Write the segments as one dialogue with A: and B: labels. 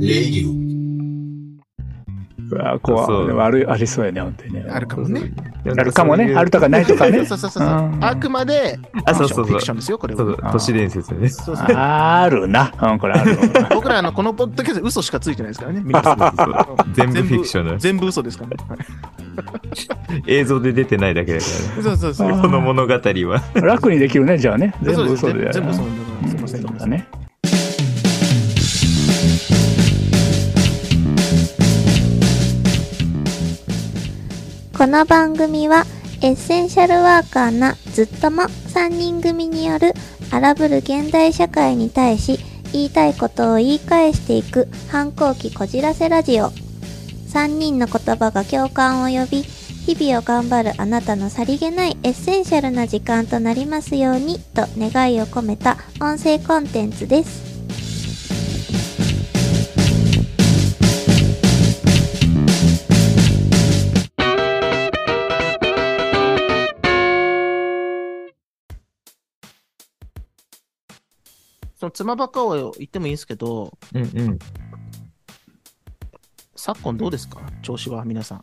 A: レイ
B: うわ怖い
C: そう
B: でもあるありそうやね本当にね
D: あるかもね。
C: いや
B: あるかも
C: そうい
B: ね
C: う
B: あるとかないとかね
D: そうそうそうそう。
B: うん
D: あくまでフ
C: あ
D: ィ
C: そ
D: ク
C: う
D: シ
C: そうそう
D: ョンフィクションですよ、これ
C: そう
D: は。
C: 都市伝説ね
D: そうそう
B: あるなうんこれあ るわ
D: 僕らあのこのポッドキャスト嘘しかついてないですから ね。皆さん
C: 全部フィクションだ
D: 全部嘘ですからね。はい
C: 映像で出てないだけだか
D: そうそうそう。
C: らねこの物語は
B: 楽にできるねじゃあね全部
D: そ
B: 嘘
D: う
B: でや
D: す
B: る
D: 全部嘘なんでございます。すいません。
B: そうだね
E: この番組はエッセンシャルワーカーなずっとも3人組による荒ぶる現代社会に対し言いたいことを言い返していく反抗期こじらせラジオ3人の言葉が共感を呼び日々を頑張るあなたのさりげないエッセンシャルな時間となりますようにと願いを込めた音声コンテンツです
D: その妻バカを言ってもいいんですけど、
C: うんうん
D: 昨今どうですか調子は皆さん。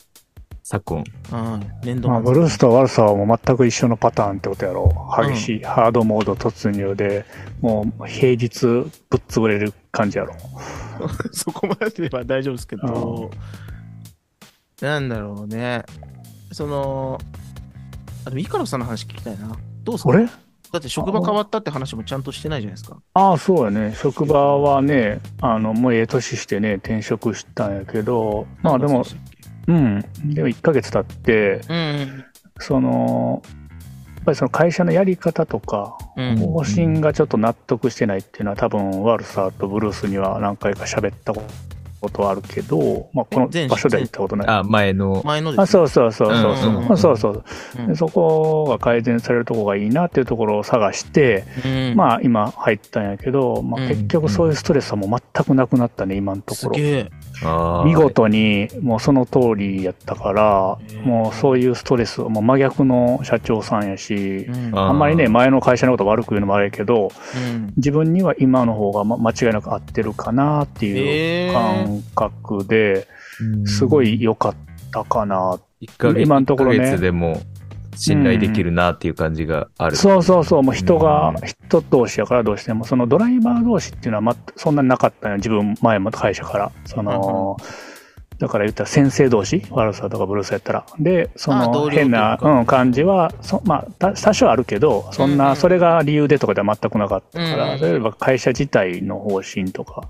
C: 昨今
D: うん。年度
B: まあ、ブ
D: 末。
B: ルースとワルサーはもう全く一緒のパターンってことやろ激しい、ハードモード突入でもう平日ぶっ潰れる感じやろ
D: そこまでは大丈夫ですけど、なんだろうね。その、あでも、イカロスさんの話聞きたいな。どうす
B: あ
D: か
B: れ
D: だって職場変わったって話もちゃんとしてないじゃないですか。
B: ああそうやね職場はねあのもうええ年してね転職したんやけどまあでも
D: そうでしたっ
B: うんでも1ヶ月経って
D: けうん
B: そのやっぱりその会社のやり方とか
D: うん。うん。
C: も
B: 方針がちょっと納得してないっていうのは多分ワルサーとブルースには何回か喋ったことはあるけど、まあ、この
D: 前
B: 場所では言ったことない。
C: あ前の
D: 前のです、ね。
B: あそうそうそうそうそう,、
D: うんうん
B: まあそうそう
D: うん
B: でそこが改善されるとこがいいなっていうところを探して、
D: うん
B: まあ今入ったんやけど、ま
D: う
B: あ、
D: ん
B: 結局そういうストレスはもう全くなくなったね今のと
D: す
B: こ
D: げ
B: ろ
D: え。
C: あー
B: 見事にもうその通りやったから
D: へえ
B: もうそういうストレスもう真逆の社長さんやし
D: うん。
C: あー
B: あんまりね前の会社のこと悪く言うのもあれやけど
D: うん
B: 自分には今の方がま間違いなく合ってるかなっていう
D: えー、
B: 感覚で
C: うん
B: すごい良かったかな
C: 一ヶ月
B: 今のところね
C: 一ヶ月でも信頼できるなっていう感じがある。
B: そうそうそう、もう人が
C: う
B: 人同士やからどうしても、そのドライバー同士っていうのは、ま、そんなになかったよ、自分前も会社から。その、だから言ったら先生同士、ワルサーとかブルースやったら。で、そ
D: あ同
B: の
D: 僚とい
B: 変
D: うか
B: な、うん、感じは、そまあ、た多少あるけど、そん
D: うんう
B: な、
D: ん
B: それが理由でとかでは全くなかったか
D: う
B: ら、
D: ん
B: 例えば会社自体の方針とか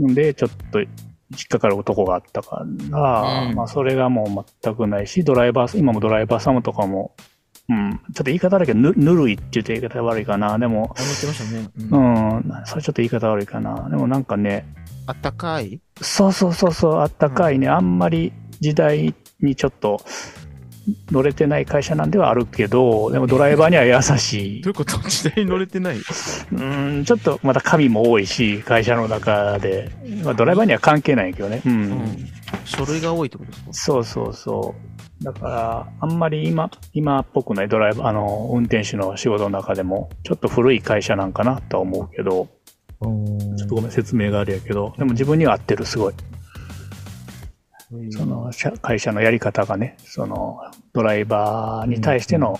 D: うん。
B: で、ちょっと、引っかかる男があったから、
D: うん
B: まあそれがもう全くないし、ドライバー、今もドライバーさんとかも、うん、ちょっと言い方だけど、ぬぬるいって言うと言い方悪いかな。でも、
D: あ言ってましたね。う。
B: うんん、それちょっと言い方悪いかな。でもなんかね、
D: あったかい
B: そうそうそうそう、あったかいね、あんまり時代にちょっと乗れてない会社なんではあるけど、でもドライバーには優しい。
D: いうこと時代に乗れてない
B: うん、ちょっとまた紙も多いし、会社の中で。まあドライバーには関係ないけどね。うん
D: 書類が多いってことですか
B: そうそうそう。だから、あんまり今、今っぽくないドライバー、あの、運転手の仕事の中でも、ちょっと古い会社なんかなとは思うけど、ちょっとごめん、説明があれやけど、でも自分には合ってる、すごい。その、社会社のやり方がね、その、ドライバーに対しての、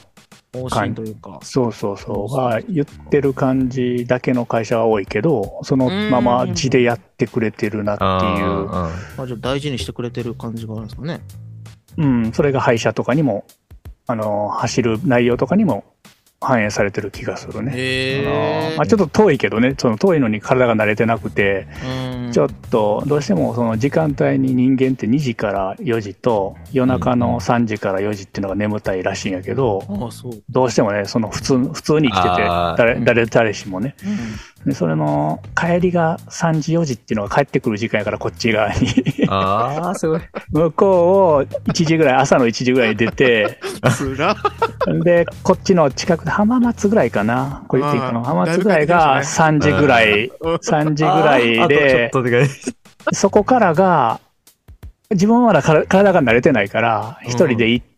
D: 方針というか。
B: そうそうそう、が言ってる感じだけの会社は多いけど、そのまま地でやってくれてるなっていう
C: あ
D: あじゃあ大事にしてくれてる感じがあるんですかね。
B: うん、それが廃車とかにも、あの、走る内容とかにも反映されてる気がするね。あのまあ、ちょっと遠いけどね、その遠いのに体が慣れてなくて、
D: うん
B: ちょっとどうしてもその時間帯に人間って2時から4時と夜中の3時から4時っていうのが眠たいらしいんやけど、
D: ああ、そう。
B: どうしてもね、その普通、普通に生きてて
C: あー、
B: 誰、誰、誰しもね。で、それの帰りが3時4時っていうのが帰ってくる時間やからこっち側に。
C: ーあー、すごい。
B: 向こうを1時ぐらい、朝の1時ぐらいに出て、
D: つら。
B: で、こっちの近くで浜松ぐらいかな。これ言っていいか
D: あ
B: な。
D: ー
B: 浜松ぐらいが3時ぐらい、3時ぐらい
C: あーあ
B: で、
C: とちょっとで
B: そこからが、自分はまだから体が慣れてないから、一人で行って、
D: うん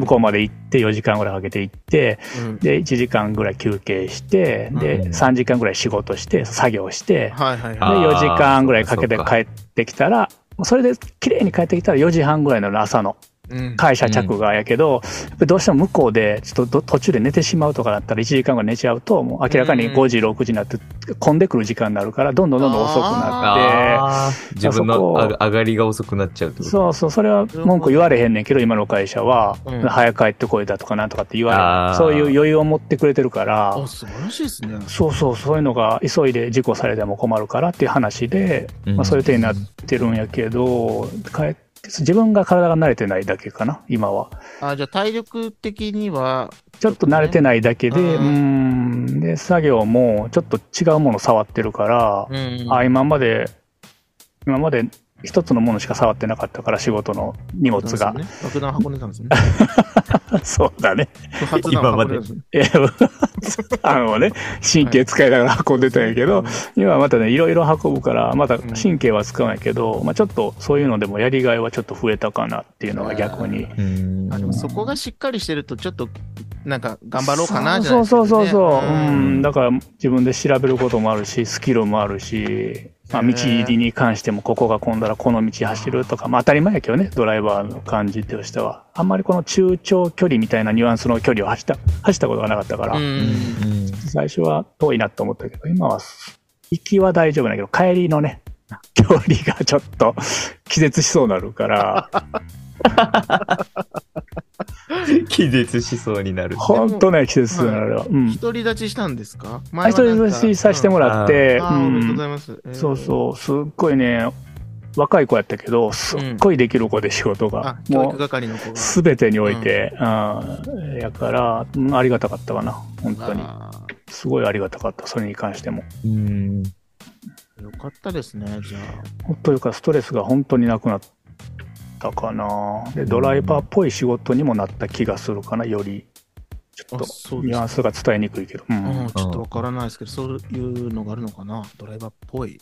B: 向こうまで行って4時間ぐらいかけて行って、
D: うん
B: で、1時間ぐらい休憩して、で、
C: うん
B: 3時間ぐらい仕事して、作業して、
D: はいはい
B: で、
D: は
C: あー
B: 4時間ぐらいかけて
C: そうか
B: 帰ってきたら、それで綺麗に帰ってきたら4時半ぐらいなの朝の
D: い。うん
B: 会社着がやけど、やっぱりどうしても向こうでちょっとど途中で寝てしまうとかだったら1時間ぐらい寝ちゃうともう明らかに5時6時になって混んでくる時間になるからどんどんどんどん遅くなっ
C: あー自分
B: あそ
C: の
B: こ
C: あ上がりが遅くなっちゃうって
B: て
C: こと
B: そうそうそれは文句言われへんねんけど今の会社は、
D: うん
B: 早く帰ってこいだとかなんとかって言わ
C: あ
B: れ
C: ー
B: そういう余裕を持ってくれてるから
D: あ、素晴らしいですね。
B: そうそうそういうのが急いで事故されても困るからっていう話で、
C: うん
B: まあ、そういう手になってるんやけど帰自分が体が慣れてないだけかな今は。
D: あ、じゃあ体力的には、
B: ちょっと慣れてないだけで、
D: うん
B: うーん、で、作業もちょっと違うもの触ってるから、
D: うん
B: あ、今まで、今まで一つのものしか触ってなかったから、仕事の荷物が。
D: そうですね爆弾運んでたん ですね。
B: そうだね。
D: 不発弾運んでたんですね。
B: え、あのね、神経使いながら運んでたんやけど、今またね、いろいろ運ぶから、また神経は使うんやけど、まあちょっとそういうのでもやりがいはちょっと増えたかなっていうのが逆に。
C: うーん
D: あでもそこがしっかりしてると、ちょっと、なんか、頑張ろうかな、じゃな
B: そ
D: いうですけど
B: そう
D: ね
B: そうそう、うんん、だから自分で調べることもあるしスキルもあるし、まあ、
D: へえ
B: 道に関してもここが混んだらこの道走るとか、まあ、当たり前やけどねドライバーの感じとしてはあんまりこの中長距離みたいなニュアンスの距離を走った走ったことがなかったから、
D: うん。
C: うん
B: 最初は遠いなと思ったけど今は行きは大丈夫だけど帰りのね距離がちょっと気絶しそうになる から。
C: 気絶しそうになる。
B: ほんとね、季節なら、うん。
D: 独り立ちしたんですか
B: あ一人ずつさせても
D: ら
B: らって、
D: ああー、おめでとうございます。えー
B: そうそう、すっごいね、若い子やったけど、すっごいできる子で仕事が
D: あ、、教
B: も
D: 育
B: う、
D: 係の子が。
B: すべてにおいて、うん、やから、うんありがたかったかな、本当に。
D: あ
B: すごいありがたかった、それに関しても。
C: うん。
D: ーよかったですね、じゃ
B: というか、ストレスが本当になくなったかな。で、ドライバーっぽい仕事にもなった気がするかな、より。ちょっ
D: あ。あ、
B: と、
D: そう
B: ニ
D: です
B: ュアンスが伝えにくいけど、う。
D: うんん、ちょっとわからないですけど、そういうのがあるのかな、ドライバーっぽい。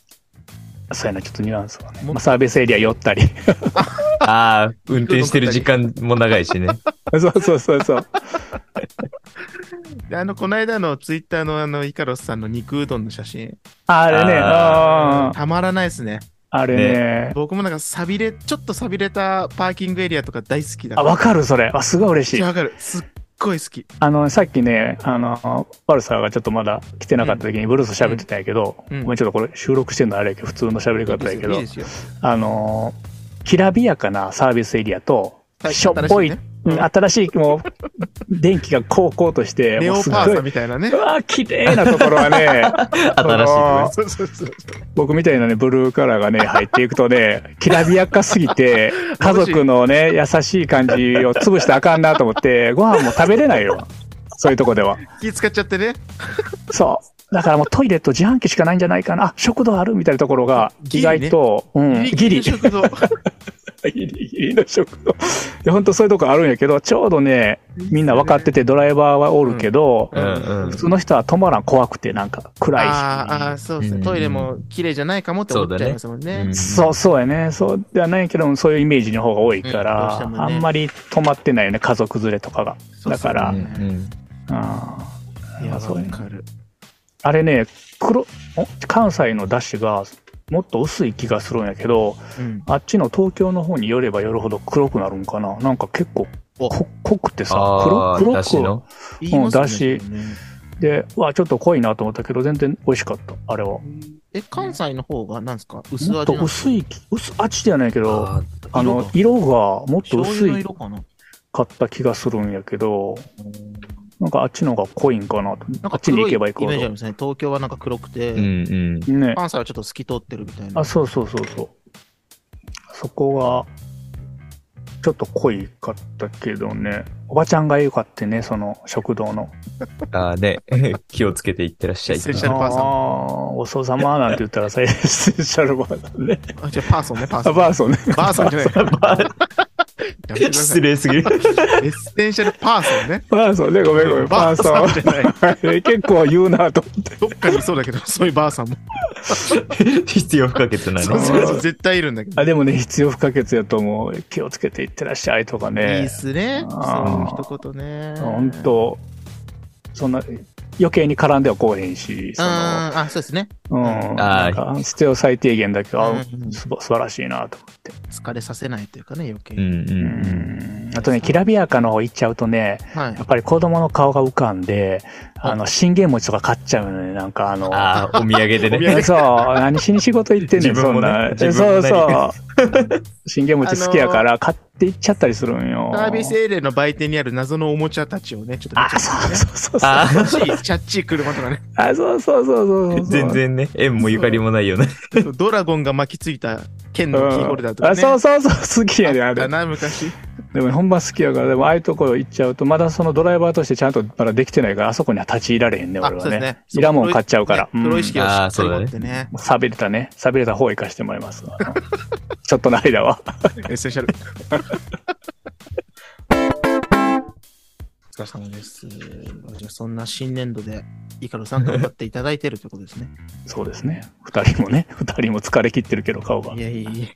B: そうやな、ちょっとニュアンスがね。
D: も
B: まあ、サービスエリア寄った り。
C: ああ、運転してる時間も長いしね。
B: そうそうそうそう。
D: であの、この間のツイッターのあの、イカロスさんの肉うどんの写真、
B: あれね、
C: あ
B: あ
D: たまらないですね。
B: あれね
D: 僕もなんか、さびれ、ちょっとさびれたパーキングエリアとか大好きだ
B: あ、わ
D: か
B: かる、それ。あ、すごい嬉しい。
D: わかる。すっごい好き。
B: あの、さっきね、あの、ワルサーがちょっとまだ来てなかった時にブルース喋ってたんやけど、
D: うん
B: ごめん、ちょっとこれ収録してんのあれやけど、普通の喋り
D: いい
B: 方
D: です
B: やけ
D: よ。い
B: ど
D: い、ですよ。
B: あの、きらびやかなサービスエリアと、
D: はい
B: しょっぽい、
D: 新しいね
B: うん新しい、もう、 電気がこうこうとして、
D: レ
B: もう
D: オ
B: す
D: パ
B: ご
D: ー
B: い、
D: サ
B: う
D: みたいなね。
B: わー、綺麗なところはね、
C: 新しいとこ
D: そうそうそう。
B: 僕みたいなね、ブルーカラーがね、入っていくとね、きらびやかすぎて、家族のね、優しい感じを潰してあかんなと思って、ご飯も食べれないよ。そういうとこでは。
D: 気使っちゃってね。
B: そう。だからもうトイレと自販機しかないんじゃないかな。あ、食堂あるみたいなところが、
D: ギ
B: 意
D: リ
B: 外
D: ね
B: と、うん、ギリ、
D: の 食堂。
B: ギリ ギリの食堂。いや、本当そういうとこあるんやけど、ちょうどね、みんな分かっててドライバーはおるけど、
D: う
C: うんんうん
B: 普。通の人は止まらん怖くて、なんか暗いし。
D: あーあー、そうです
C: う
D: ね。
C: ん
D: トイレも綺麗じゃないかもって思っちゃいますもんね。
C: うん
B: そうそうやね。そうではないけど、そういうイメージの方が多いから、
D: うんどうしても
B: あ
D: ね
B: んまり止まってないよね、家族連れとかが。
D: そうそう
B: だから、
C: う
B: うん
C: んうん
D: いや、
B: あそう
D: わ
B: ね
D: かる。
B: あれね、黒、お関西の出汁がもっと薄い気がするんやけど、
D: うん。
B: あっちの東京の方に寄れば寄るほど黒くなるんかななんか結構
D: お
B: こ濃くてさ
C: あ
B: 黒
C: あ、
B: 黒
C: だし
B: く
C: の。
D: 言いますよね
B: だし
D: それね
B: でうわちょっと濃いなと思ったけど全然美味しかったあれは
D: え、関西の方が何ですか薄味
B: も
D: な
B: っ
D: んで
B: と
D: すか
B: 薄い薄味じゃないけどあ
C: あ
B: の色がもっと
D: 醤
B: 薄
D: 油の
B: い
D: 色かな
B: かった気がするんやけどなんかあっちの方が濃いんかなと
D: なん
B: あ
D: か
B: っちに行
D: 黒いイ
B: け
D: メ
B: ば行こ
D: ージあり
B: う
D: ますね。東京はなんか黒くて、
C: ーうんうん。
B: とね
D: 関西はちょっと透き通ってるみたいな。
B: あそうそうそうそうそこがちょっと濃いかったけどねおばちゃんがよかってねその食堂の
C: ああね、 気をつけていってらっしゃい。
D: エッセンシャルパーソン
B: ああ、お父様なんて言った ら最エッセンシャルバーだね。
D: あじゃあパーソンね、パーソ
B: あ、
D: ン。バ
B: バーソンね。
D: ーソンじゃない。やめてくださ
C: 失
D: い。
C: 礼すぎる。
D: エッセンシャルパーソンね。
B: バーソンね、ごめんごめん。バ
D: バ
B: ー
D: ーソンじゃない。
B: ソン。結構言うなと思って。
D: どっかにいそうだけど、そういうばあさんも。
C: 必要不可欠な
D: そう
C: の。
D: そうそう絶対いるんだけど。
B: あでもね、必要不可欠やと思う。気をつけていってらっしゃいとか
D: い
B: ね。
D: いっすね。
B: あー
D: そう一言ね。
B: 本当そんな、余計に絡んではこうへんし、その、
D: あーあ、そうですね。
B: うん、な
C: あ
B: んか必要最低限だけど、あ
D: うん
B: すば素晴らしいなと思って。
D: 疲れさせないというかね、余計
C: う
D: に。
C: んうんうん。
B: あとね、きらびやかの方行っちゃうとね、
D: はい
B: やっ。ぱり子供の顔が浮かんで、あの、信玄餅とか買っちゃうのね、なんかあの、
C: ああ、お土産で
D: お土
C: ね。
D: 産
B: そう、何しに仕事行ってんねん、
C: 自
B: そ
C: 分
B: ん
C: も
B: な。
C: ね自
B: そ
C: 分も
B: う
C: ね
B: そう。信玄餅好きやから、買って行っちゃったりするんよ。
D: サービスエレの売店にある謎のおもちゃたちをね、ちょっと見
B: あ、
D: ちゃった
B: そう
D: ね
B: そうそうそう。
C: あ
D: 欲しい、チャッチい車とかね。
B: あ、そうそうそうそうそう。
C: 全然ね、縁もゆかりもないよね。
D: ドラゴンが巻きついた剣
B: う
D: の
B: ん。
D: キーホルダーとかね。
B: あそうそうそう、好きやで、あ
D: だ
B: れ。
D: な、昔。
B: でもね、ほんま好きやから、でもああいうところ行っちゃうと、まだそのドライバーとしてちゃんとまだできてないから、あそこには立ち入られへんね、
D: あ、
B: 俺
D: そう
B: は
D: で
B: ね。
D: すね。
B: いらんもん買っちゃうから。
D: プロ意識をしっ
C: あ
D: か
C: ーそう
D: り
C: だ
D: 持
C: ね
D: ってね。
B: さびれたね。さびれた方を生かしてもらい ます。あのちょっとの間は。
D: エッセンシャル。お疲れ様です。じゃあそんな新年度で、イカロさん頑張っていただいてるということですね。
B: そうですね。二人もね、二人も疲れ切ってるけど、顔が
D: い。やいやいや。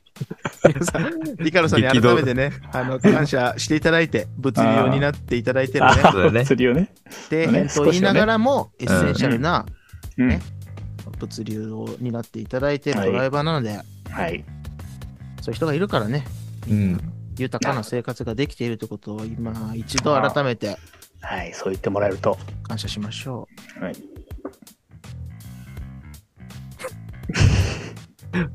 D: 皆さんイカロさんに改めてね、あの、感謝していただいて、物流を担っていただいて るね。
C: そうだね
B: 釣りをね。
D: で、
B: ね
D: えっと
B: 少しはね
D: 言いながらも、エッセンシャルな
B: うん
D: ね物流を担っていただいてる
B: はい
D: ドライバーなので、
B: はい。
D: そういう人がいるからね、
C: うん。
D: 豊かな生活ができているということを今一度改めて
B: はい。そう言ってもらえると。
D: 感謝しましょ
B: はい。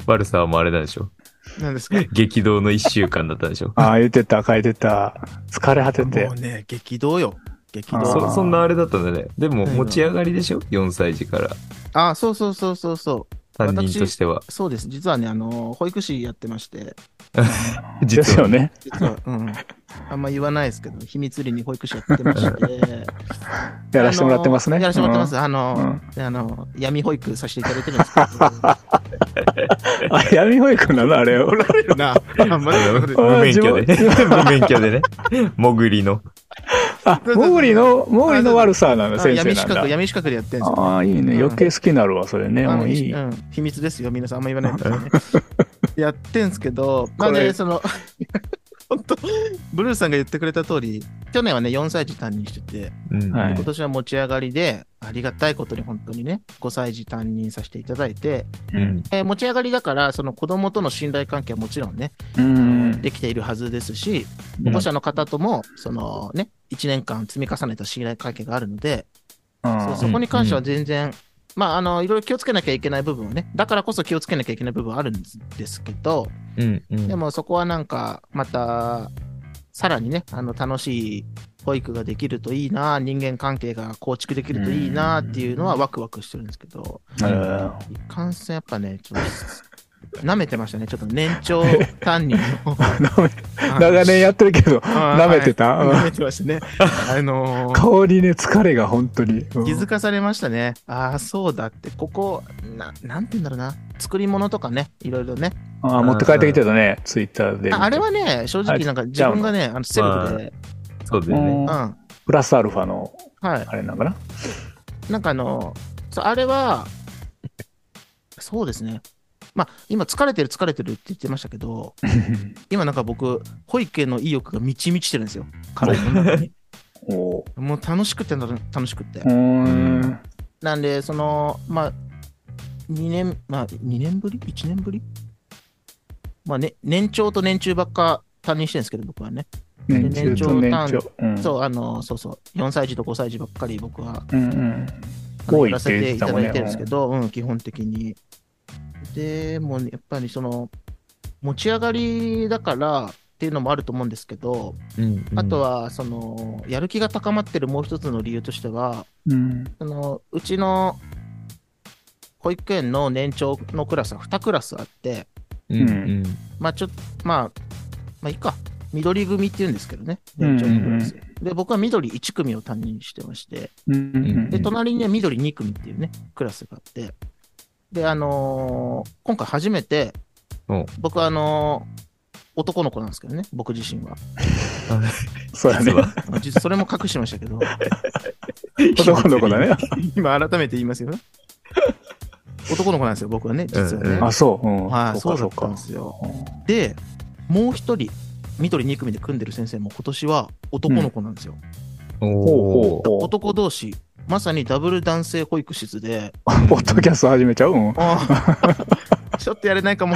C: 悪さはもうあれなんでしょ
D: う。なんですか
C: 激動の一週間だったんでしょ
B: ああ、言ってた、書いてた。疲れ果てて
D: もう。ね、激動よ。激
B: あー
D: 動。
C: そそんなあれだったんだね。でも、
D: うん
C: 持ち上がりでしょ ?4 歳児から。
D: ああ、そうそうそうそうそう。
C: 担任としては。
D: そうです。実はね、あの、保育士やってまして、
B: で
C: 実
B: すよ
C: は。
B: ね。
D: 実は、 うん。あんま言わないですけど、秘密裏に保育士やってまして。
B: やらせてもらってますね。
D: あのやらせてもらってます。
B: うん
D: あの、あの、闇保育させていただいてるんですけ ど。
B: あ、闇保育なのあれ。俺
D: れるな。あ んま
C: あの
D: り
C: 無免許で。 無免許でね。潜りの。
B: あ、モーリーの、モーリーの悪さなの、先生
D: 闇
B: な
D: 資
B: ん
D: 格、
B: だ。
D: 闇資格でやってるんですよ。
B: ああ、いいね。
D: うん
B: 余計好きになるわ、それね。
D: あ
B: も
D: の
B: ういい。
D: う、
B: うん
D: 秘密ですよ、皆さん、あんま言わないんで すよね。やってんすけど、まあ
B: これ
D: ね、その、 本当ブルースさんが言ってくれた通り、去年はね、4歳児担任してて、
C: うん。
B: はい
D: 今年は持ち上がりで、ありがたいことに本当にね、5歳児担任させていただいて、
C: うん。
D: えー持ち上がりだから、その子供との信頼関係はもちろんね、
B: ん。
D: できているはずですし、保護者の方とも、そのね、1年間積み重ねた信頼関係があるので、そうそこに関しては全然、まあ、あの、いろいろ気をつけなきゃいけない部分はね、だからこそ気をつけなきゃいけない部分はあるんですですけど、
C: うん。うん
D: でもそこはなんか、また、さらにね、あの、楽しい保育ができるといいな、人間関係が構築できるといいなっていうのはワクワクしてるんですけど、
B: うん
D: いかんせんやっぱね、ちょっと、舐めてましたね、ちょっと年長担任の。
B: 長 年やってるけど、
D: 舐
B: 舐めてたうん
D: 舐めてましたね。あのー
B: 顔にね、疲れが本当に。うん
D: 気づかされましたね。ああ、そうだって、ここ、ななんて言うんだろうな。作り物とかね、いろいろね。
B: あー持って帰ってきてたね、ツイッターで。
D: ああれはね、正直なんか自分がね、あのセルフで、
C: そうだ
B: う
C: よね。
D: うんん。は
B: プラスアルファの、
D: い。
B: あれなんかな。
D: なんかあのーそうあれは、そうですね。まあ、今、疲れてる、疲れてるって言ってましたけど、今なんか僕、保育園の意欲が満ち満ちてるんです よ。体の中に。
B: おー
D: もう楽しくて、楽しくて
B: う。ーん。
D: なんで、その、まあ、2年、まあ、2年ぶり ?1 年ぶりまあね、年長と年中ばっか担任してるんですけど、僕はね。
B: 年中と年長。うん
D: そう、あの、そうそう、4歳児と5歳児ばっかり僕は、
B: うんうん。
D: あの
B: 多い
D: やら
B: っ
D: せ
B: て
D: て
B: 言っ
D: い
B: てた
D: た
B: もん
D: だ
B: ね
D: いてるんですけど、うん、基本的に。で、もうねやっぱりその、持ち上がりだからっていうのもあると思うんですけど、
C: うん
D: あと、は、その、やる気が高まってるもう一つの理由としては、
B: うん。
D: そのうちの保育園の年長のクラスは2クラスあって、
C: うんうん。
D: まあちょっと、まあ、まあいいか、緑組っていうんですけどね、
B: うん
D: 年長のクラス。で、僕は緑1組を担任してまして、
B: うんうんうん
D: で、隣には緑2組っていうね、クラスがあって、で、あのー今回初めて
C: お、
D: 僕はあのー男の子なんですけどね、僕自身は。
B: そうや
C: 実
B: ね。
C: は
D: まあ実はそれも隠してましたけど、
B: 男の子だね。
D: 今改めて言いますよね。男の子なんですよ、僕はね、実はね。
C: うんうん
B: あ、そう。うん。
D: はい、
B: そ
D: そうう
B: か、そうか
D: だったんで。すよ。で、もう一人、緑2組で組んでる先生も今年は男の子なんですよ。
B: ほうほうほう。
D: 男同士、まさにダブル男性保育室で、
B: ポッドキャスト始めちゃううん。
D: あー ちょっとやれないかも。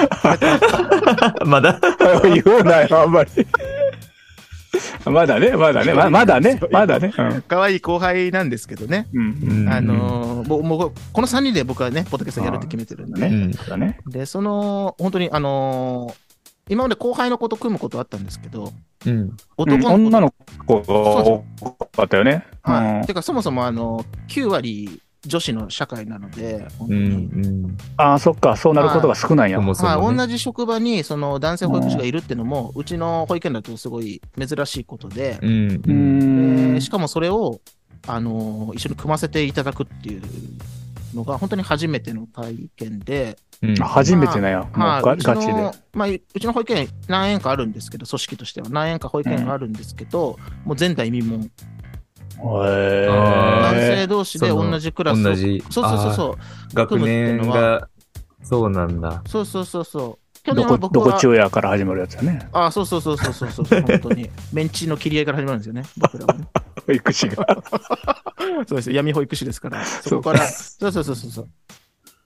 C: まだ
B: 言うなよ、あんまり。まだね、まだね、ままだね、まだね。
D: 可愛い後輩なんですけどね。
B: うん。うん。
D: あのー、もうもうこの3人で僕はね、ポッドキャストやるって決めてるんでね。
C: うん
B: そうだね。
D: で、その、本当に、あのー今まで後輩の子と組むことあったんですけど、
C: うん。
D: 男の子と、
B: 女の子が多かったよね。
D: は
B: うん
D: い。てか、そもそも、あの、9割女子の社会なので、本
C: う
D: 当に
C: ん。
B: ああ、そっか、そうなることが少ないんや
C: そ。もそ
D: はい、
C: もね。
D: 同じ職場にその男性保育士がいるってのも、うちの保育園だとすごい珍しいことで、
C: うん
B: うーん
D: えーしかもそれを、あのー一緒に組ませていただくっていうのが、本当に初めての体験で、
C: うん
B: 初めてなんや。もう
D: はい
B: ガ
D: うちの
B: ガチで。
D: まあ、うちの保育園、何園かあるんですけど、組織としては、何園か保育園があるんですけど、もう前代未聞、
B: へ
C: あ
D: 男
B: ー
D: 性同士で
C: その
D: 同じクラスを、
C: 同じ。
D: そうそうそう
C: う。
D: そう、
C: 学年
D: 組むっていうの
C: が、そうなんだ。
D: そうそうそうそう、去
B: ど
D: 年
B: こ、
D: は僕
B: ど
D: は
B: こ。中やから始まるやつやね。
D: あそうそうそうそうそうそうそう、本当 に。メンチの切り合いから始まるんですよね、僕らはね。
B: 保育士が。
D: そうですよ闇保育士ですから。そこから、そうそうそうそうそう。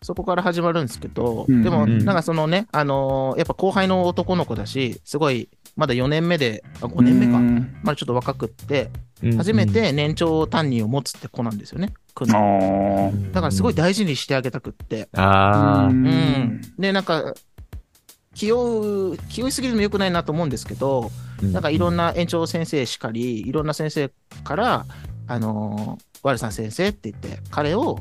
D: そこから始まるんですけど、
B: うん
D: でも、
C: うん
D: なんかそのね、あのーやっぱ後輩の男の子だし、すごい、まだ4年目で、あ5年目か、
B: 目
D: まだちょっと若くって、
C: うん
D: 初め、て年長担任を持つって子なんですよね、くん
B: あ
D: だ
B: ー
D: からすごい大事にしてあげたくって。
C: あ
B: う
C: あ。
B: ん
D: うん。で、なんか、気負う、気負いすぎても良くないなと思うんですけど、なんかいろんな園長先生しかり、いろんな先生から、あのー、ワルさん先生って言って、彼を、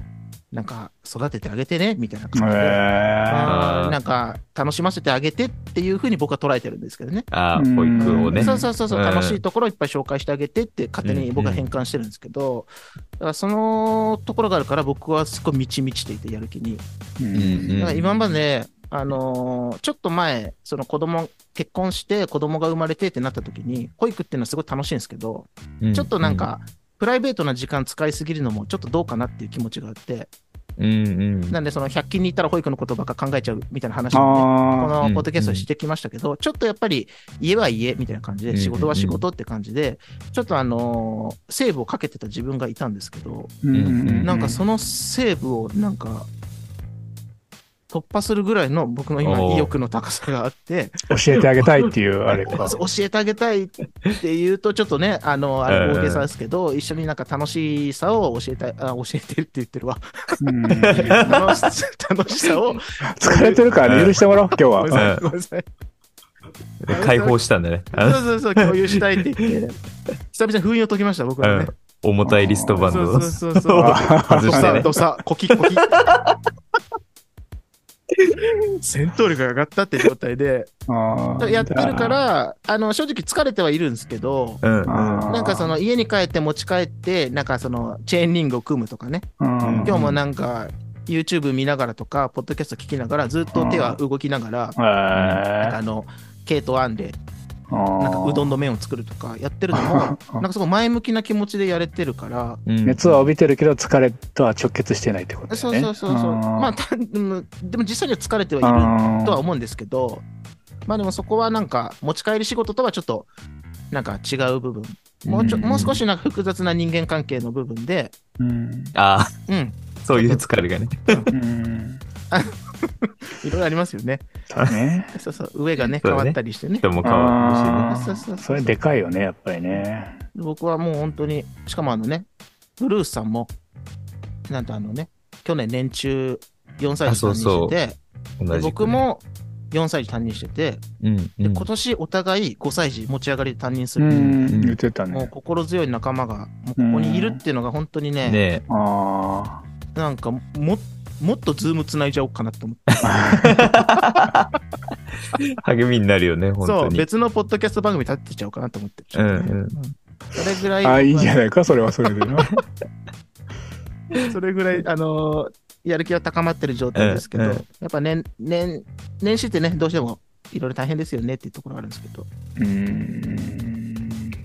D: なんか、育ててあげてね、みたいな
B: へ
D: 感じで。
B: ー
D: あ
C: あ
D: ー
C: ー
D: なんか、楽しませてあげてっていうふうに僕は捉えてるんですけどね。
C: あー保育をね。
D: そうそうそうそう、
C: うん
D: 楽しいところをいっぱい紹介してあげてって勝手に僕は変換してるんですけど、だからそのところがあるから僕はすごい満ち満ちていて、やる気に。
B: う
C: うんん。
D: だから今まで、あのーちょっと前、その子供、結婚して子供が生まれてってなった時に、保育っていうのはすごい楽しいんですけど、
C: うん
D: ちょっとなん、か、プライベートな時間使いすぎるのもちょっとどうかなっていう気持ちがあって、
C: うんうん。
D: なんでその100均に行ったら保育のことばっか考えちゃうみたいな話もね、こ
B: あ
D: のポッドキャストでしてきましたけど、ちょっとやっぱり家は家みたいな感じ
C: う
D: で、
C: ん
D: 仕事は仕事って感じで、ちょっとあのーセーブをかけてた自分がいたんですけど、
B: ー
C: うん
D: なんかそのセーブをなんか、突破するぐらいの僕の今
C: おー
D: 意欲の高さがあって、
B: 教えてあげたいっていうあ れか。
D: 教えてあげたいっていうとちょっとね、あの、あれ大げさですけど、一緒になんか楽しさを教えたい、あ、教えてるって言ってるわ。
B: うん
D: 楽し楽し さを、
B: 疲れてるからね許してもらおう、今日
D: ごめんな
B: は。
D: さい、ごめんなさい。
C: 解放したんだね。
D: そう
C: あ
D: そうそう、共有したいって言って、久々に封印を解きました、僕はね。
C: 重たいリストバン
D: そ
C: ド
D: う
C: を
D: そうそうそ う。
B: あ
C: 外してね。
D: とさ、コキコキ。戦闘力が上がったって状態で、
B: ー
D: やってるか、ら、あの、正直疲れてはいるんですけど、
C: うんうん。
D: な
B: なん
D: かそ、の家に帰って持ち帰って、なんかそのチェーンリングを組むとかね、
B: 今
D: 今日もなんか YouTube 見ながらとか、ポッドキャスト聞きながら、ずっと手は動きながら、なんかあの、ケイトアンで、なんかうどんの麺を作るとかやってるのも、なんかすごい前向きな気持ちでやれてるから、
C: うん
B: 熱は帯びてるけど疲れとは直結してないってことだ
D: そ
B: よ
D: う
B: ね。
D: そうそうそう。
B: あー
D: まあ、たでもでも実際には疲れてはいる
B: あー
D: とは思うんですけど、まあでもそこはなんか持ち帰り仕事とはちょっとなんか違う部分。もうちょ
C: うん
D: もう少しなんか複雑な人間関係の部分で、
B: うん
C: ああ、
D: うん、
C: そういう疲れがね。
B: うん
D: いろいろありますよね。
B: だね。
D: そうそう、上がね、
C: そう
D: 変
C: だね
D: わったりしてね。
C: 人も変わ
B: あ
C: るし
B: ー
C: ね。
D: そうそう
B: そ
D: そう
B: れでかいよね、やっぱりね。
D: 僕はもう本当に、しかもあのね、ブルースさんも、なんとあのね、去年年中4歳
C: あ
D: 児
C: そう
D: 担任し
C: そう
D: てて、
C: 同じ
D: で
C: くね
D: 僕、も4歳児担任してて、
C: うんう
D: で
C: ん
D: 今年お互い5歳児持ち上がりで担任す
B: う
D: る、
B: ん、言ってた
D: もう
B: ね。
D: 心強い仲間がもうここにいるっていうのが本当にね、
C: ね
B: あ
D: なんかももっとズームつないじゃおうかなと思って
C: え励みになるよね、本
D: そ
C: 当
D: う
C: に。
D: 別のポッドキャスト番組立てちゃおうかなと思ってる、
C: うんうん
D: それぐらい
B: あ。ああ、いいんじゃ
D: ま
B: ないか、それはそれでな。
D: あそれぐらいあのーやる気は高まってる状態ですけど、
C: うんうん
D: やっぱ年年年始ってねどうしてもいろいろ大変ですよねっていうところがあるんですけど
B: うん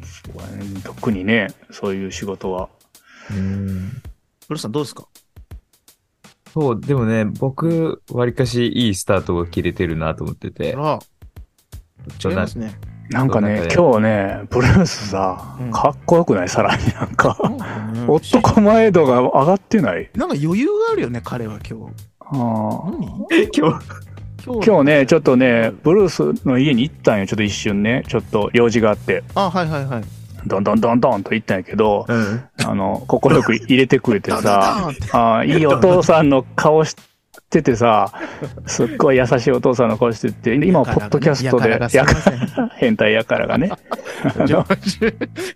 B: そうだね特にね、そういう仕事は。
C: うん
D: 古田さんどうですか
C: そう、でもね、僕、わりかしいいスタートが切れてるなと思ってて。
D: あ
C: ちょ
D: ら、違い
C: な
D: ますね。
B: なんかね
C: なん、かね
B: 今日ね、ブルースさ
D: うん、
B: かっこよくないさらになん
D: な
B: か。
D: んかね
B: 男前度が上がってない。
D: なんか余裕があるよね、彼は今日。
B: あー
D: 何
C: 今日、
D: 今
B: 今日ね、ちょっとね、ブルースの家に行ったんよ、ちょっと一瞬ね、ちょっと用事があって、
D: あ、はいはいはい。
B: どんどんどんどんと行ったんやけど、
C: うん。
B: あの、快く入れてくれて さ、
D: ダンダンダンって
B: あーいいお父さんの顔しててさ、すっごい優しいお父さんの顔してて、今、ポッドキャストで
D: やから、がすいません
B: 変態やからがね。あの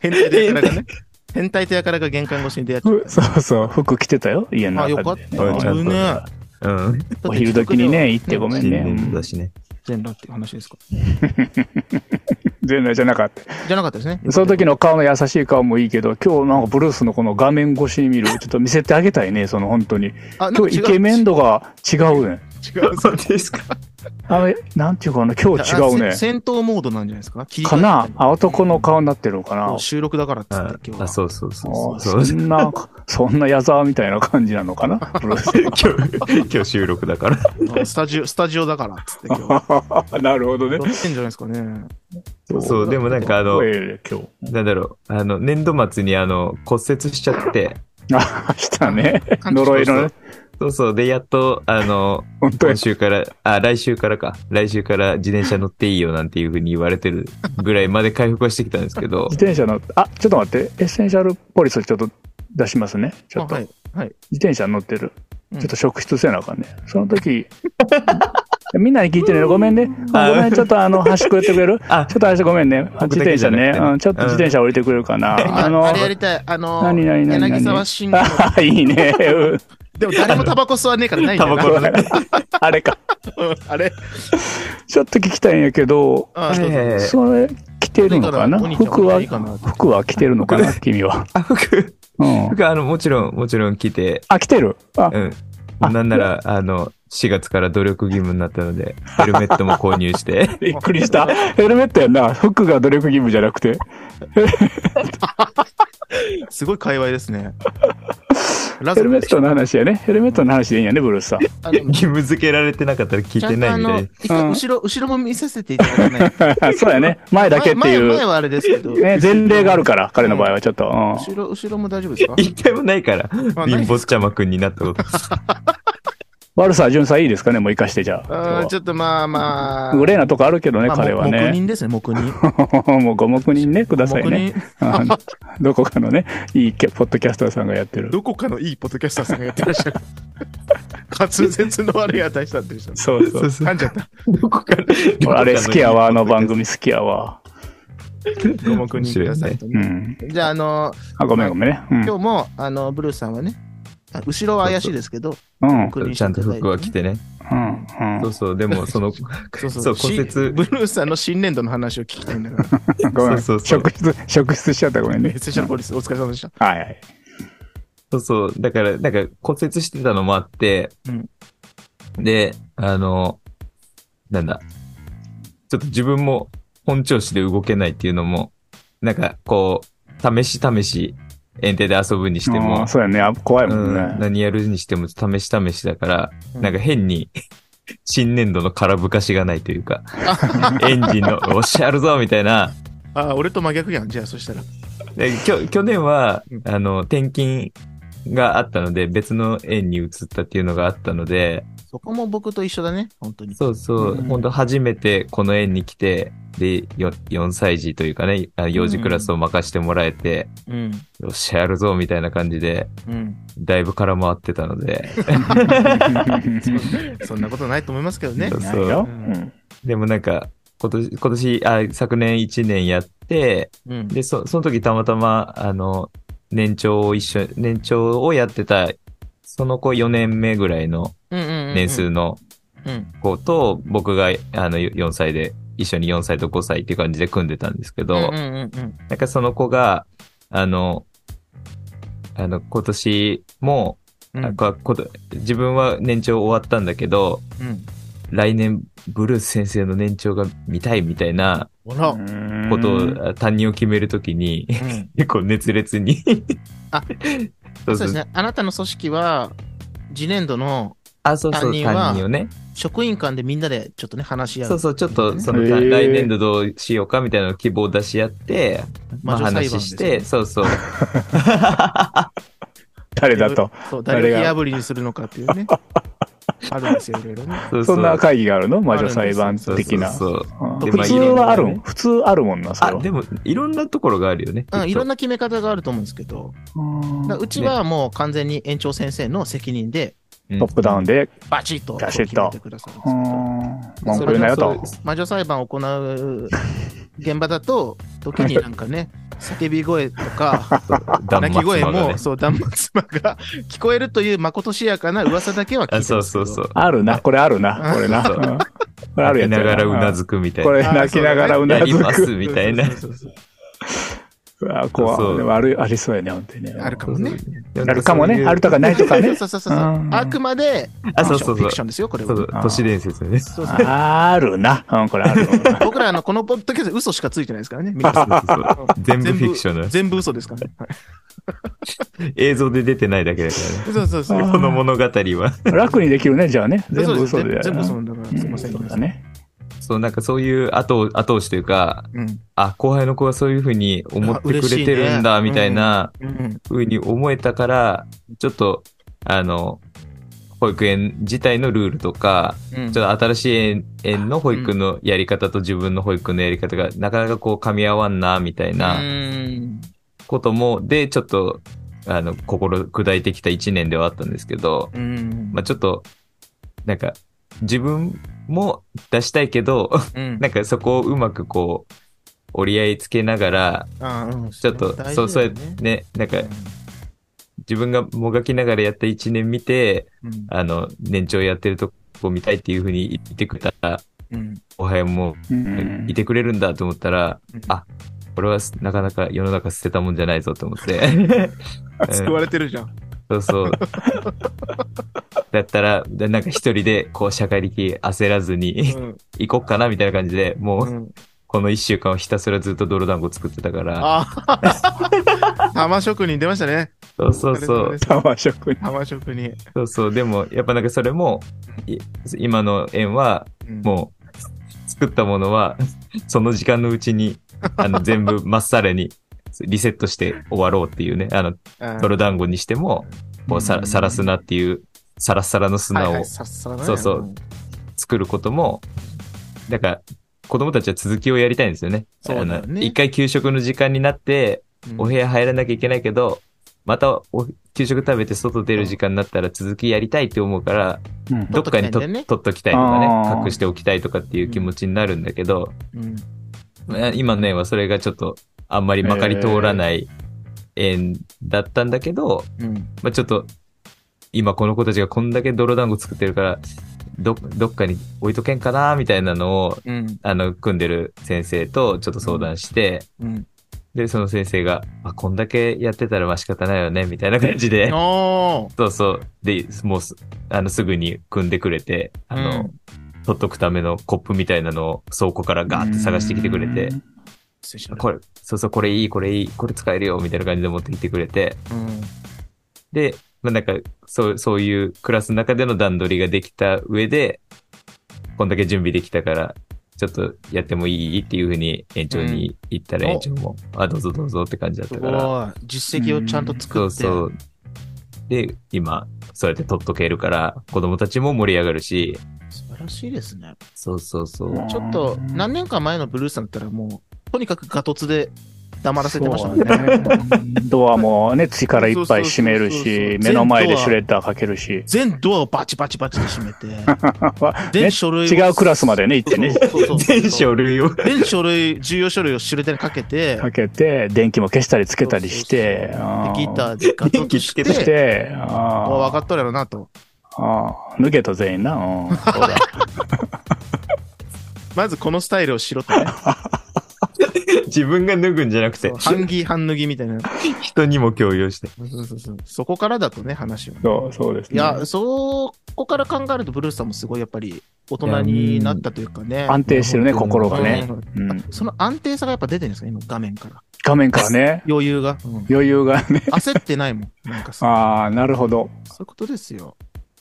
D: 変態とやからがね。 変態とやからが玄関越しに出会っちゃ
B: ふそうそう、服着てたよ、家の
D: あ、よ
B: 中
D: かっ
B: でね。
C: うんち
D: た。
C: ゃんと
D: うんね。
C: うん。
B: お昼時に。ね、行ってごめん
C: 新
B: ね。
C: 年度だしね。
D: 全裸っていう話ですか。
B: 全然じゃなかった。
D: じゃなかったですね。
B: その時の顔の優しい顔もいいけど、今日なんかブルースのこの画面越しに見る、ちょっと見せてあげたいね、その本当に。
D: あ、なん
B: 今
D: か違
B: 日
D: う
B: イケメン度が違うね。
D: 違う。
C: そうですか。
B: あの、なんていうかな、今日違う
D: あ
B: ね
D: せ。戦闘モードなんじゃないですか切り替
B: か
D: え
B: なあ、男の顔になってるのか
D: も
B: な
D: う収録だからっつっ
C: あ
D: て今日は。
C: あ、そうそうそ
B: あ
C: うそう。
B: そんな、そんな矢沢みたいな感じなのかなブルース
C: 今日、 今日収録だから。
D: うんスタジオ、スタジオだからっつって今日は。
B: なるほどね
D: や。ってんじゃないですかね。
C: そうそう、でもなんかあの、
B: 声今 日。
C: なんだろう、あの、年度末にあの、骨折しちゃって、
B: あ、したね。
D: 感じ
B: 呪いのね。
C: そうそう、で、やっと、あの、
B: 本当
C: 今
B: や。
C: 週から、あ、来週からか、来週から自転車乗っていいよなんていうふうに言われてるぐらいまで回復はしてきたんですけど
B: 自、転車の、あ、ちょっと待って。エッセンシャルポリスちょっと出しますね。ちょっと。
D: あは
B: 自
D: い。はい。
B: 転車乗ってる。
D: うん
B: ちょっと職質せなあかんね。その時、 みんなに聞いてね。ごめんね。あ
C: あ
B: ごめん、ちょっとあの、端くれてくれる
C: あ
B: ちょっと足ごめんね。あ
C: 僕
B: 自
C: だけ
B: 転
C: じ
B: 車
C: ゃなくてね
B: ね。うんちょっと自転車降りてくれるかな。
D: 今
B: あの、
D: あれやりたい。あの、
B: 何々何々
D: 柳沢慎吾の。
B: ああ、いいね。うん
D: でも誰もタバコ吸わねえからないんだ よ
C: タ
D: な。
C: バコ
B: あれか。
D: うんあれ
B: ちょっと聞きたいんやけど、
D: あ
C: ええ
B: それ、着てるのかな
D: お兄ちゃん
B: 服
D: お
B: は
D: 兄ちゃんいいかな、
B: 服は着てるのかな君は。
C: あ、服、
B: うん。
C: 服、あの、もちろん、もちろん来て、
B: あ、着てるあ、
C: うん。
B: あ
C: なんなら、あの、4月から努力義務になったので、ヘルメットも購入して、
B: びっくりした。ヘルメットやんな。服が努力義務じゃなくて。
D: すごい界隈です ね。ラ
B: ヘ
D: ズ
B: ル
D: ベ
B: メ
D: ル
B: ットの話やね。ヘルメットの話でいいんやね、ブルースさ ん。
D: あの
C: 義務付けられてなかったら聞い
D: ちゃ
C: て
D: んと
C: な
D: あ
C: いみた
D: の、
C: い
D: 一回後ろ、後ろも見させていただかない。
B: そうやね。前 だけってい
D: 前前
B: う。
D: はあれですけど、後
B: ね、前例があるから、彼の場合はちょっと。うん
D: ろ、後ろも大丈夫ですか
C: な。一回もないから、
D: あ
C: 貧乏ちゃまくんになったこと。
B: 悪さ、順さいいですかね、もう生かしてじゃ
D: あー
B: あ。
D: ちょっとまあまあ。
B: グレーなとこあるけどね、
D: まあ
B: 彼は
D: 黙
B: ね。
D: 認ですね、黙認。
B: もうご黙認ね、ください
D: 黙
B: ね。
D: 認。
B: あのどこかのね、いいけポッドキャスターさんがやってる。
D: どこかのいいポッドキャスターさんがやって らっしゃる。滑舌の悪い値したってる人。
B: そうそう。
D: 噛んじゃった。
C: どこか
B: 俺あれ好きや
C: わ。
B: わ、あの番組好きやわ。
D: ご黙認くださいと
B: う
D: ね。
B: ん。
D: じゃあ、あの、
B: あ、ごめんごめんね。
D: 今日も、あの、ブルースさんはね、あ後ろは怪しいですけど、
B: うん。うん。
D: 黙認し
C: ちゃ
D: て
C: ん
D: い
C: と
D: ただいて
C: 服は着てね。
B: うん。うん
C: そうそう、でもその、
D: そう
C: そう、骨
D: し
C: 折。
D: ブルースさんの新年度の話を聞きたいんだ から。
B: ごめん。
C: そうそうそう
B: 職質、職質しちゃったごめんね。
D: スペシャルポリス、お疲れ様で した。
B: はいはい。
C: そうそう、だから、なんか骨折してたのもあって、で、あの、なんだ、ちょっと自分も本調子で動けないっていうのも、なんかこう、試し試し、園庭で遊ぶにして
B: あ
C: も
B: ー、そうやね。あ怖いもん
C: うん、
B: ね。
C: 何やるにしても試し試しだから、
D: うん
C: なんか変に新年度の空ぶかしがないという か、エンジンのおっしゃるぞみたいな、
D: あ、俺と真逆やん。じゃあ、そしたら。
C: できょ去年は
D: うん、
C: あの、転勤があったので、別の園に移ったっていうのがあったので、
D: そこも僕と一緒だね、本当に。
C: そうそう、
D: うん
C: 本当初めてこの園に来て、で、よ4歳児というかね、あ幼児クラスを任してもらえて、
D: うん。
C: よっしゃやるぞみたいな感じで、
D: うん。
C: だいぶ空回ってたの で、
D: そんなことないと思いますけどね。
C: そう
B: ないよ。
D: う
B: うんん
C: でもなんか、今年、今年、あ、昨年1年やって、
D: うん。
C: で、そその時たまたま、あの、年長を一緒、年長をやってた、その子4年目ぐらいの
D: うんうんうんうん
C: 年数の
D: うん。
C: 子と、僕が、あの、4歳で、一緒に4歳と5歳っていう感じで組んでたんですけど、
D: うんうんうん
C: なんかその子が、あの、あの、今年も、
D: うん。
C: あここと自分は年長終わったんだけど、
D: うん。
C: 来年ブルース先生の年長が見たいみたいな
D: ほら。
B: う
D: うん
B: ん
C: ことを、あ担任を決めるときに、 結構熱烈に
D: あ
C: そう
D: そうですね。あなたの組織は、次年度の
C: あ、そうそう、
D: 担任は
C: 担任をね。
D: 職員間でみんなでちょっとね、話し合う。
C: そうそう、ちょっと、その、
B: へー
C: 来年度どうしようかみたいな希望を出し合って、まあ
D: 魔女
C: 話
D: 裁判です
C: し
D: よ
C: て、そうそう。
B: 誰だと。。
D: そう、
B: 誰
D: 誰
B: が
D: が火炙りにするのかっていう ね。あるんですよ、いろいろね。
C: そ う
B: そんな会議があるの魔
D: あるん
B: 女
D: で
B: 裁
D: す
B: 判
C: そう
B: 的な。
C: そうそう
B: うん
C: で
B: 普通はあるん普通あるもんな、それ
C: あ、
B: は。
C: でも、いろんなところがあるよね。
D: うん、いろん
C: な。
D: な決め方があると思うんですけど、
B: うん
D: だからうちはもう完全に園長先生の責任で、
B: トップダウンで、
D: バチッと
B: バ
D: 決
B: シッ
D: め
B: と
D: てくださるんで
B: う
D: すけ
B: ん
D: ど。
B: 文句言うなよと。
D: 魔女裁判を行う現場だと、時になんか ね、叫び声とか、
C: ダ
D: 泣き声も、
C: ね、
D: そう、断末魔が 聞こえるという、まことしやかな噂だけは聞いて
C: あ
D: ますけ
C: そ
D: ど。
C: うそうそう。
B: あるな、これあるな、これな。
C: そうそう
B: うんこれあるやつや
C: 泣きながらうな
B: ず
C: ずくみたい
B: こ
C: な。
B: れ泣きながらうな
C: や
B: ず
C: りま
B: く。
C: すみたいな。
D: そうそうそう
B: うわ怖
C: そう
B: でもあるありそうやね、本当にね。
D: あるかもね。
C: で
B: あるかも
C: そうい
B: ね。
C: う
B: あるとかないとかね
D: そう。そうそうそう。
B: うん
D: あくまで、
C: あ、そうそ
D: フ
C: うそう
D: ィクシ。ョンですよ、これ
C: そ
D: は。
C: うそう都市伝説ね。そうそう
B: あるな。うん、これある。
D: 僕ら、あの、このポッドキャスト嘘しかついてないですからね、皆さん。
C: そう全部フィクションだ。
D: 全部嘘ですからね。はい
C: 映像で出てないだけだか
D: そうそうそう
C: ら。ね。この物語は。
B: 楽にできるね、じゃあね。全
D: そう
B: 部
D: です
B: 嘘でやる。
D: 全部嘘なんだから、すいません。
B: う
D: ご
B: ん
D: め
B: そうだ
D: んなさい
B: ね。
C: そう、なんかそういう後、後押しというか、
D: うん。
C: あ、後輩の子がそういうふうに思ってくれてるん
D: あ
C: だ、み
D: 嬉しいね
C: たいな
D: うん。
C: ふうに思えたから、ちょっと、あの、保育園自体のルールとか、
D: うん。
C: ちょっと新しい園園の保育のやり方と自分の保育のやり方がなかなかこう噛み合わんな、みたいうな
D: ーん。
C: ことも、で、ちょっと、あの、心砕いてきた一年ではあったんですけど、
D: うん。
C: まあちょっと、なんか、自分も出したいけど、
D: うん
C: なんかそこをうまくこう、折り合いつけながら、
D: あうん
C: ちょっと、
D: 大
C: そう、
D: 事
C: そ
D: だ
C: うや
D: よ
C: っ
D: ね
C: てね、なんか、自分がもがきながらやった一年見て、
D: うん
C: あの、年長やってるとこ見たいっていうふうに言ってくれた
D: うん
C: おはようも
B: うん
C: いてくれるんだと思ったら、
D: うん
C: あこれはなかなか世の中捨てたもんじゃないぞと思 って。
D: 救われてるじゃん。
C: そうそう。だったら、でなんか一人で、こう、社会力焦らずに、
D: うん
C: 行こっかなみたいな感じで、も
D: う
C: う、
D: ん
C: この一週間をひたすらずっと泥団子作ってたから、
D: あー玉職人出ましたね。
C: そうそうそ
D: お疲れ様で
C: う
D: す。
B: タワー職人。
D: 玉職人。
C: そうそう。でも、やっぱなんかそれも、い今の縁は、
D: うん
C: もう、作ったものは、その時間のうちに、あの、全部まっさらに、リセットして終わろうっていうね、あの、
D: うん
C: 泥団子にしても、こう、さ
B: うん
C: ら、さら砂っていう、さらさらの砂
D: はいは
C: を
D: いさっさらね
C: そうそう作ることも、だから、子供たちは続きをやりたいんですよね。
D: そうだよね
C: あの一回給食の時間になって、
D: うん
C: お部屋入らなきゃいけないけど、またお給食食べて外出る時間になったら続きやりたいって思うから、
B: うん
C: どっかにと
D: 取っときた
C: 取っときたい
D: いんだよね
C: とか
B: あ
C: ね
B: ー、
C: 隠しておきたいとかっていう気持ちになるんだけど、
D: うん
C: まあ今の園はそれがちょっとあんまりまかり通らない園だったんだけど、
D: うん
C: まあちょっと今この子たちがこんだけ泥団子作ってるから、ど、どっかに置いとけんかなみたいなのを、
D: うん
C: あの、組んでる先生とちょっと相談して、
D: うん
C: で、その先生が、あ、こんだけやってたらまあ仕方ないよね、みたいな感じで、
D: おー
C: そうそう。で、もうす、あの、すぐに組んでくれて、あの、
D: うん
C: 取っとくためのコップみたいなのを倉庫からガーって探してきてくれて、
D: 失礼しました
C: これ、そうそう、これいい、これいい、これ使えるよ、みたいな感じで持ってきてくれて、
D: うん
C: で、まあ、なんか、そう、そういうクラスの中での段取りができた上で、こんだけ準備できたから、ちょっとやってもいいっていうふうに園長に言ったら
D: うん
C: 園長も、あ、どうぞどうぞって感じだっ
D: す
C: た
D: ご
C: から、
D: い。実績をちゃんと
C: そ
D: 作
C: う
D: って。
C: そう。で、今、そうやって取っとけるから、子供たちも盛り上がるし、
D: 素晴らしいですね。
C: そうそうそう。
B: うん
D: ちょっと、何年か前のブルースさんだったらもう、とにかくガトツで黙らせてましたもんね。
B: そうねドアもね、力いっぱい閉める
D: そうそうそうそ
B: し
D: う、
B: 目の前でシュレッダーかけるし、
D: 全ドアをバチバチバチで閉めて、
B: ね
D: 全書類を
B: 違うクラスまでね、行ってね、
D: そうそうそう
C: 全書類を。
D: 全書類、重要書類をシュレッダーにかけて、
B: かけて、電気も消したりつけたりして、
D: でギ
B: ー
D: ターでガトツし、
C: 電気つけ
B: してて、あ
D: あ
B: ー
D: 分かっとるやろなと。
B: ああ、抜けと全員な。うん、そうだ
D: まずこのスタイルをしろとね。
C: 自分が脱ぐんじゃなくて、
D: 半着半脱ぎみたいな。
C: 人にも共有して。
D: そうそうそうそこからだとね、話を。
B: そうそうです
D: い
B: ね。
D: や、そこから考えるとブルースさんもすごいやっぱり大人になったというかね。
B: 安定してるね、
C: うん
B: 心がね
D: う。ん
B: うん、
D: その安定さがやっぱ出てるんですか、今、画面から。
B: 画面からね、
D: 余裕が。うん
B: 余裕がね。
D: 焦ってないもん。なんかそう
B: ああ、なるほど。
D: そういうことですよ。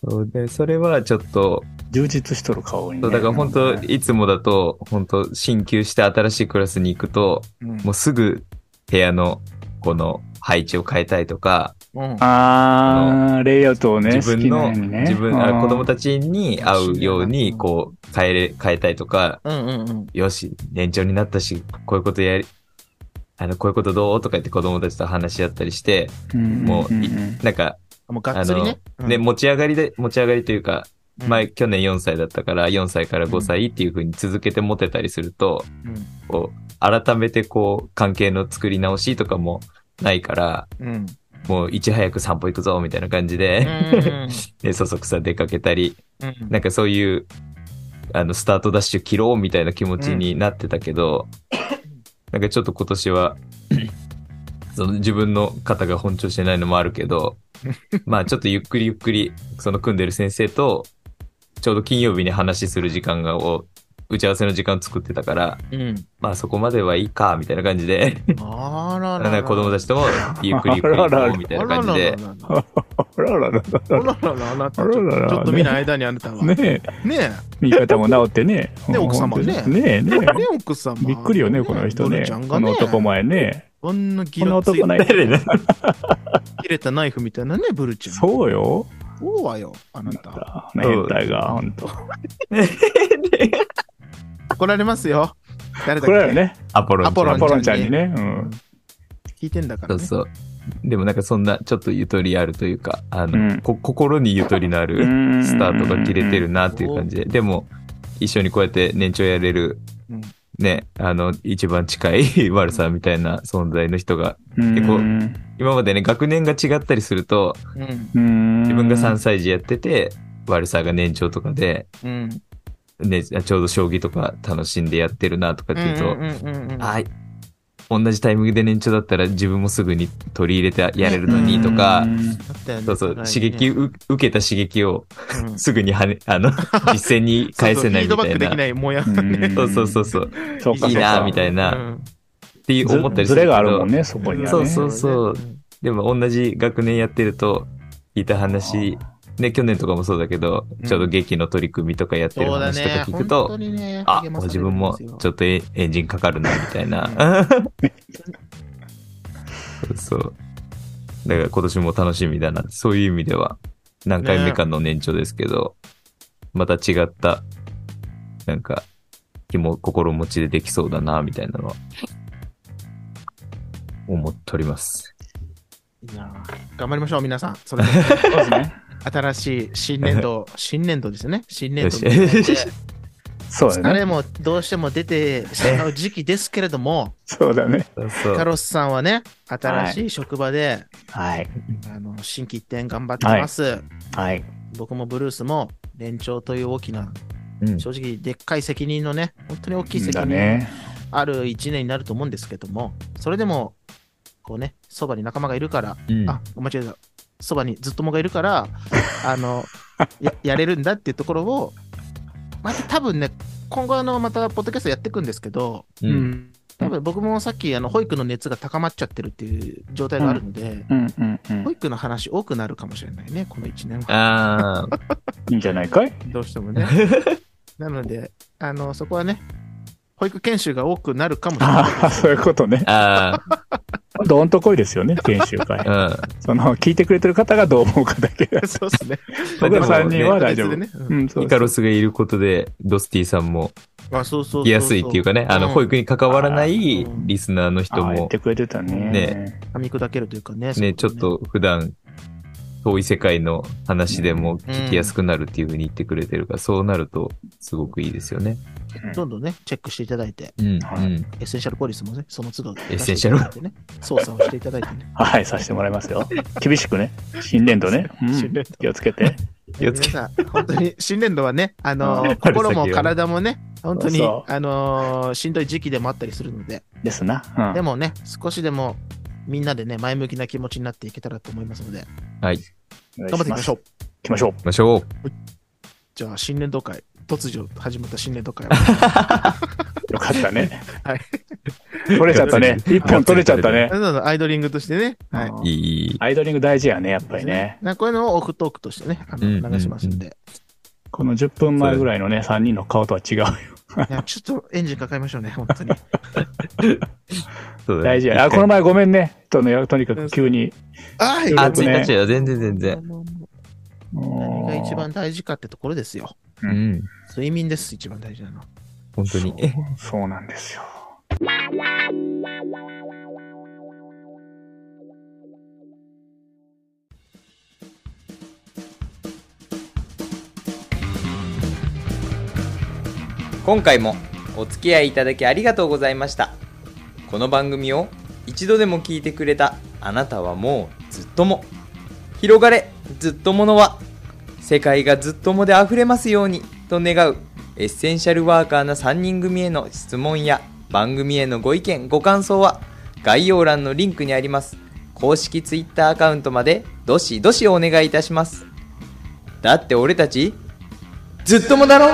C: そうで、それはちょっと、
B: 充実しとる顔に、ね。
C: そうだから本当、
B: なんね
C: いつもだと、本当進級して新しいクラスに行くと、
D: うん
C: もうすぐ部屋の、この配置を変えたいとか、
D: うん。
B: あー、レイアウトをね、
C: 自分
B: 好
C: の、
B: きなようにね、
C: 自分、あ
B: うん
C: 子供たちに合うよう
D: う
C: に、
D: ん
C: こう、変えれ、変えたいとか、
D: うんうんうん。
C: よし、年長になったし、こういうことやり、あの、こういうことどうとか言って子供たちと話し合ったりして、
B: うん
C: もう
B: うん
C: いなんか、
D: もうがっつりね。うん
C: ね、持ち上がりで、持ち上がりというか、
D: うん
C: 前、去年4歳だったから、4歳から5歳っていう風に続けて持てたりすると、
D: うん
C: こう、改めてこう、関係の作り直しとかもないから、
D: うん。
C: もういち早く散歩行くぞ、みたいな感じで、でそそくさ出かけたり、
D: うん
C: なんかそういう、あの、スタートダッシュ切ろうみたいな気持ちになってたけど、なんかちょっと今年は、その自分の肩が本調子じゃないのもあるけど、まあちょっとゆっくりゆっくり、その組んでる先生と、ちょうど金曜日に話しする時間が、を打ち合わせの時間作ってたから、
D: うん。
C: まあそこまではいいか、みたいな感じで、
D: あらら
C: な
D: ら
C: んか子供た
D: ち
C: ちともゆっくりゆっくり行こうみたいな感じで、
B: あららら
D: あ
B: ら
D: らららあなた
B: あららら
D: ちょっと見ない間にあなたは。
B: ら。
D: ね
B: ねえ、
D: え。
B: 言い方も治ってね。
D: ね
B: うん
D: 奥様ね
B: 本当にねえね
D: ねえ、奥様。
B: え。びっくりよね、この人
D: ド
B: ね。
D: ルちゃん
B: こ
D: がね
B: の男前ね。
D: こんなギ
B: この
D: ラつい
B: 男前。
D: 切れたナイフみたいなね、ブルちゃん。う。
B: そうよ。
D: そうはよ、あなた。
B: 変態が、ほんと。
D: 怒られますよ。誰だっけ
B: これだよ。ね。
C: アポロンちゃん
D: アポロ
B: ア
D: ン
B: ポロンちゃんにね。うん。
D: 聞いてんだ
C: そ
D: から
C: う
D: ね。
C: そう。でもなんかそんなちょっとゆとりあるというか、あの、
B: うん
C: こ心にゆとりのある
B: うん
C: スタートが切れてるなっていう感じで、でも一緒にこうやって年長やれる、
D: うん
C: ね、あの、一番近い 悪さみたいな存在の人が、
B: 結
C: 構今までね、学年が違ったりすると、
D: うん。
B: 自
C: 自分が3歳児やってて、悪さが年長とかで、
D: うん。
C: ね、ちょうど将棋とか楽しんでやってるなとかっていうと、はい。同じタイミングで年長だったら自分もすぐに取り入れてやれるのにとか、そうそう、刺激、う受けた刺激をすぐにはね、 あの、実践に返せないみた
D: フィードバッ
C: い
D: クでき
C: な。
D: ないもや。
C: そうそうそうそう。
B: そうか
C: いいな、みた
B: い
C: いな、って
B: ず
C: 思ったりす
B: ず
C: るけど。
B: れがあるもんね、そこにはね。
C: そうそうそうでも同じ学年やってると、聞いた話、ね、去年とかもそうだけど、ちょうど劇の取り組みとかやってる
D: そうだ
C: 話と
D: ね
C: か。聞くと、あ、自分もちょっとエンジンかかるな、みたいな。そう。だから今年も楽しみだな。そういう意味では、何回目かの年長ですけど、また違った、なんか、気も、心持ちでできそうだな、みたいなのは、思っております。
D: いやー頑張りましょう、皆さん。それで
B: そうですね。
D: 新しい新年度、新年度ですよね。新年度
C: よし
D: で。
B: そうだ
D: 疲れ
B: ね。
D: もどうしても出てしまう時期ですけれども、
B: そうだね。
C: そうそ
D: カ
C: う。
D: ロスさんはね、新しい職場で、
B: はい。
D: あの新規一点頑張ってます。
B: はい。
D: 僕もブルースも年長という大きな、
C: うん
D: 正直でっかい責任のね、本当に大きい責
B: だ
D: 任
B: ね。
D: ある1年になると思うんですけども、それでも、こうね、そばに仲間がいるから、
C: うん
D: あ、間違えた。そばにずっともがい るから、あの、ややれるんだっていうところを、まあ、多分ね、今後あの、また、ポッドキャストやっていくんですけど、
C: う。
B: うんん。
D: 多分僕もさっき、あの、保育の熱が高まっちゃってるっていう状態があるので、
B: うんうんうん
D: 保。育の話多くなるかもしれないね、この1年は。
C: ああ、
B: いいんじゃないかい
D: どうしてもね。 なので、あの、そこはね、保育研修が多くなるかもしれない。
B: ああ、そういうことね。
C: あ
B: どんとこいですよね、研修会。
C: あ、うん。
B: その、聞いてくれてる方がどう思うかだけ。
D: そうですね。
C: まあ
B: 僕
C: で
B: ら
C: も
B: 3人は大丈夫。
D: 別でねう
B: うん、そう
C: イカロスがいることで、ドスティさんも
D: あ、そうそうそうそう。
C: 来やすいっていうかね、あの、保育に関わらないリスナーの人
B: ああ、言
C: も
B: って、くれてたね。
C: ね
D: 噛み砕けるというかね。そこで
C: ね、ちょっ。と普段、遠い世界の話でも聞きやすくなるっていうふうに言ってくれてるから、そうなると、すごくいいですよね。
D: どんどんね、チェックしていただいて、
C: うん、うん。
B: はい
D: エッセンシャルポリスもね、その都度、
C: エッセンシャル
D: ね、操作をしていただいてね。
B: はい、させてもらいますよ。厳しくね。新年度ね。うん
D: 新年度
B: 気をつけて。
C: 気をつけ
D: 皆さん、本当に新年度はね、あの
B: うん
D: ー、心も体もね、本当に、
B: そう
D: あのー、しんどい時期でもあったりするので、
B: ですな。うん
D: でもね、少しでもみんなでね、前向きな気持ちになっていけたらと思いますので、
C: はい。行
B: 頑
D: 頑張っていきましょう。
B: う。行きましょう。
C: きましょう。
D: じゃあ、新年度会、突如始まった新年度会を
B: よかったね。
D: はい。
B: 取れちゃったね。一本取れちゃったね。
D: そうそう アイドリングとしてね。はい。
B: うん
F: いい、いい。
B: アイドリング大事やね、やっぱりね。
D: なんかこういうのをオフトークとしてね、あ
F: うん
D: の流しますんで。
B: この10分前ぐらいのね、3人の顔とは違う。
D: いやちょっとエンジンかかりましょうね、本 当に。
F: そうだね
B: 大事や。あ、この前ごめんね。とね、とにかく急に。
D: はい。
F: あ、
B: 収録
F: 1
B: ね
F: 日は全然全然。
D: 何
B: 何
D: が一番大事かってところですよ。
B: う
F: うんん。
D: 睡眠です、一番大事なの。
F: 本当に。え
B: そうそうなんですよ。
C: 今回もお付き合いいただきありがとうございましたこの番組を一度でも聞いてくれたあなたはもうずっとも広がれずっとものは世界がずっともであふれますようにと願うエッセンシャルワーカーな3人組への質問や番組へのご意見ご感想は概要欄のリンクにあります公式 Twitter アカウントまでどしどしお願いいたしますだって俺たちずっともだろ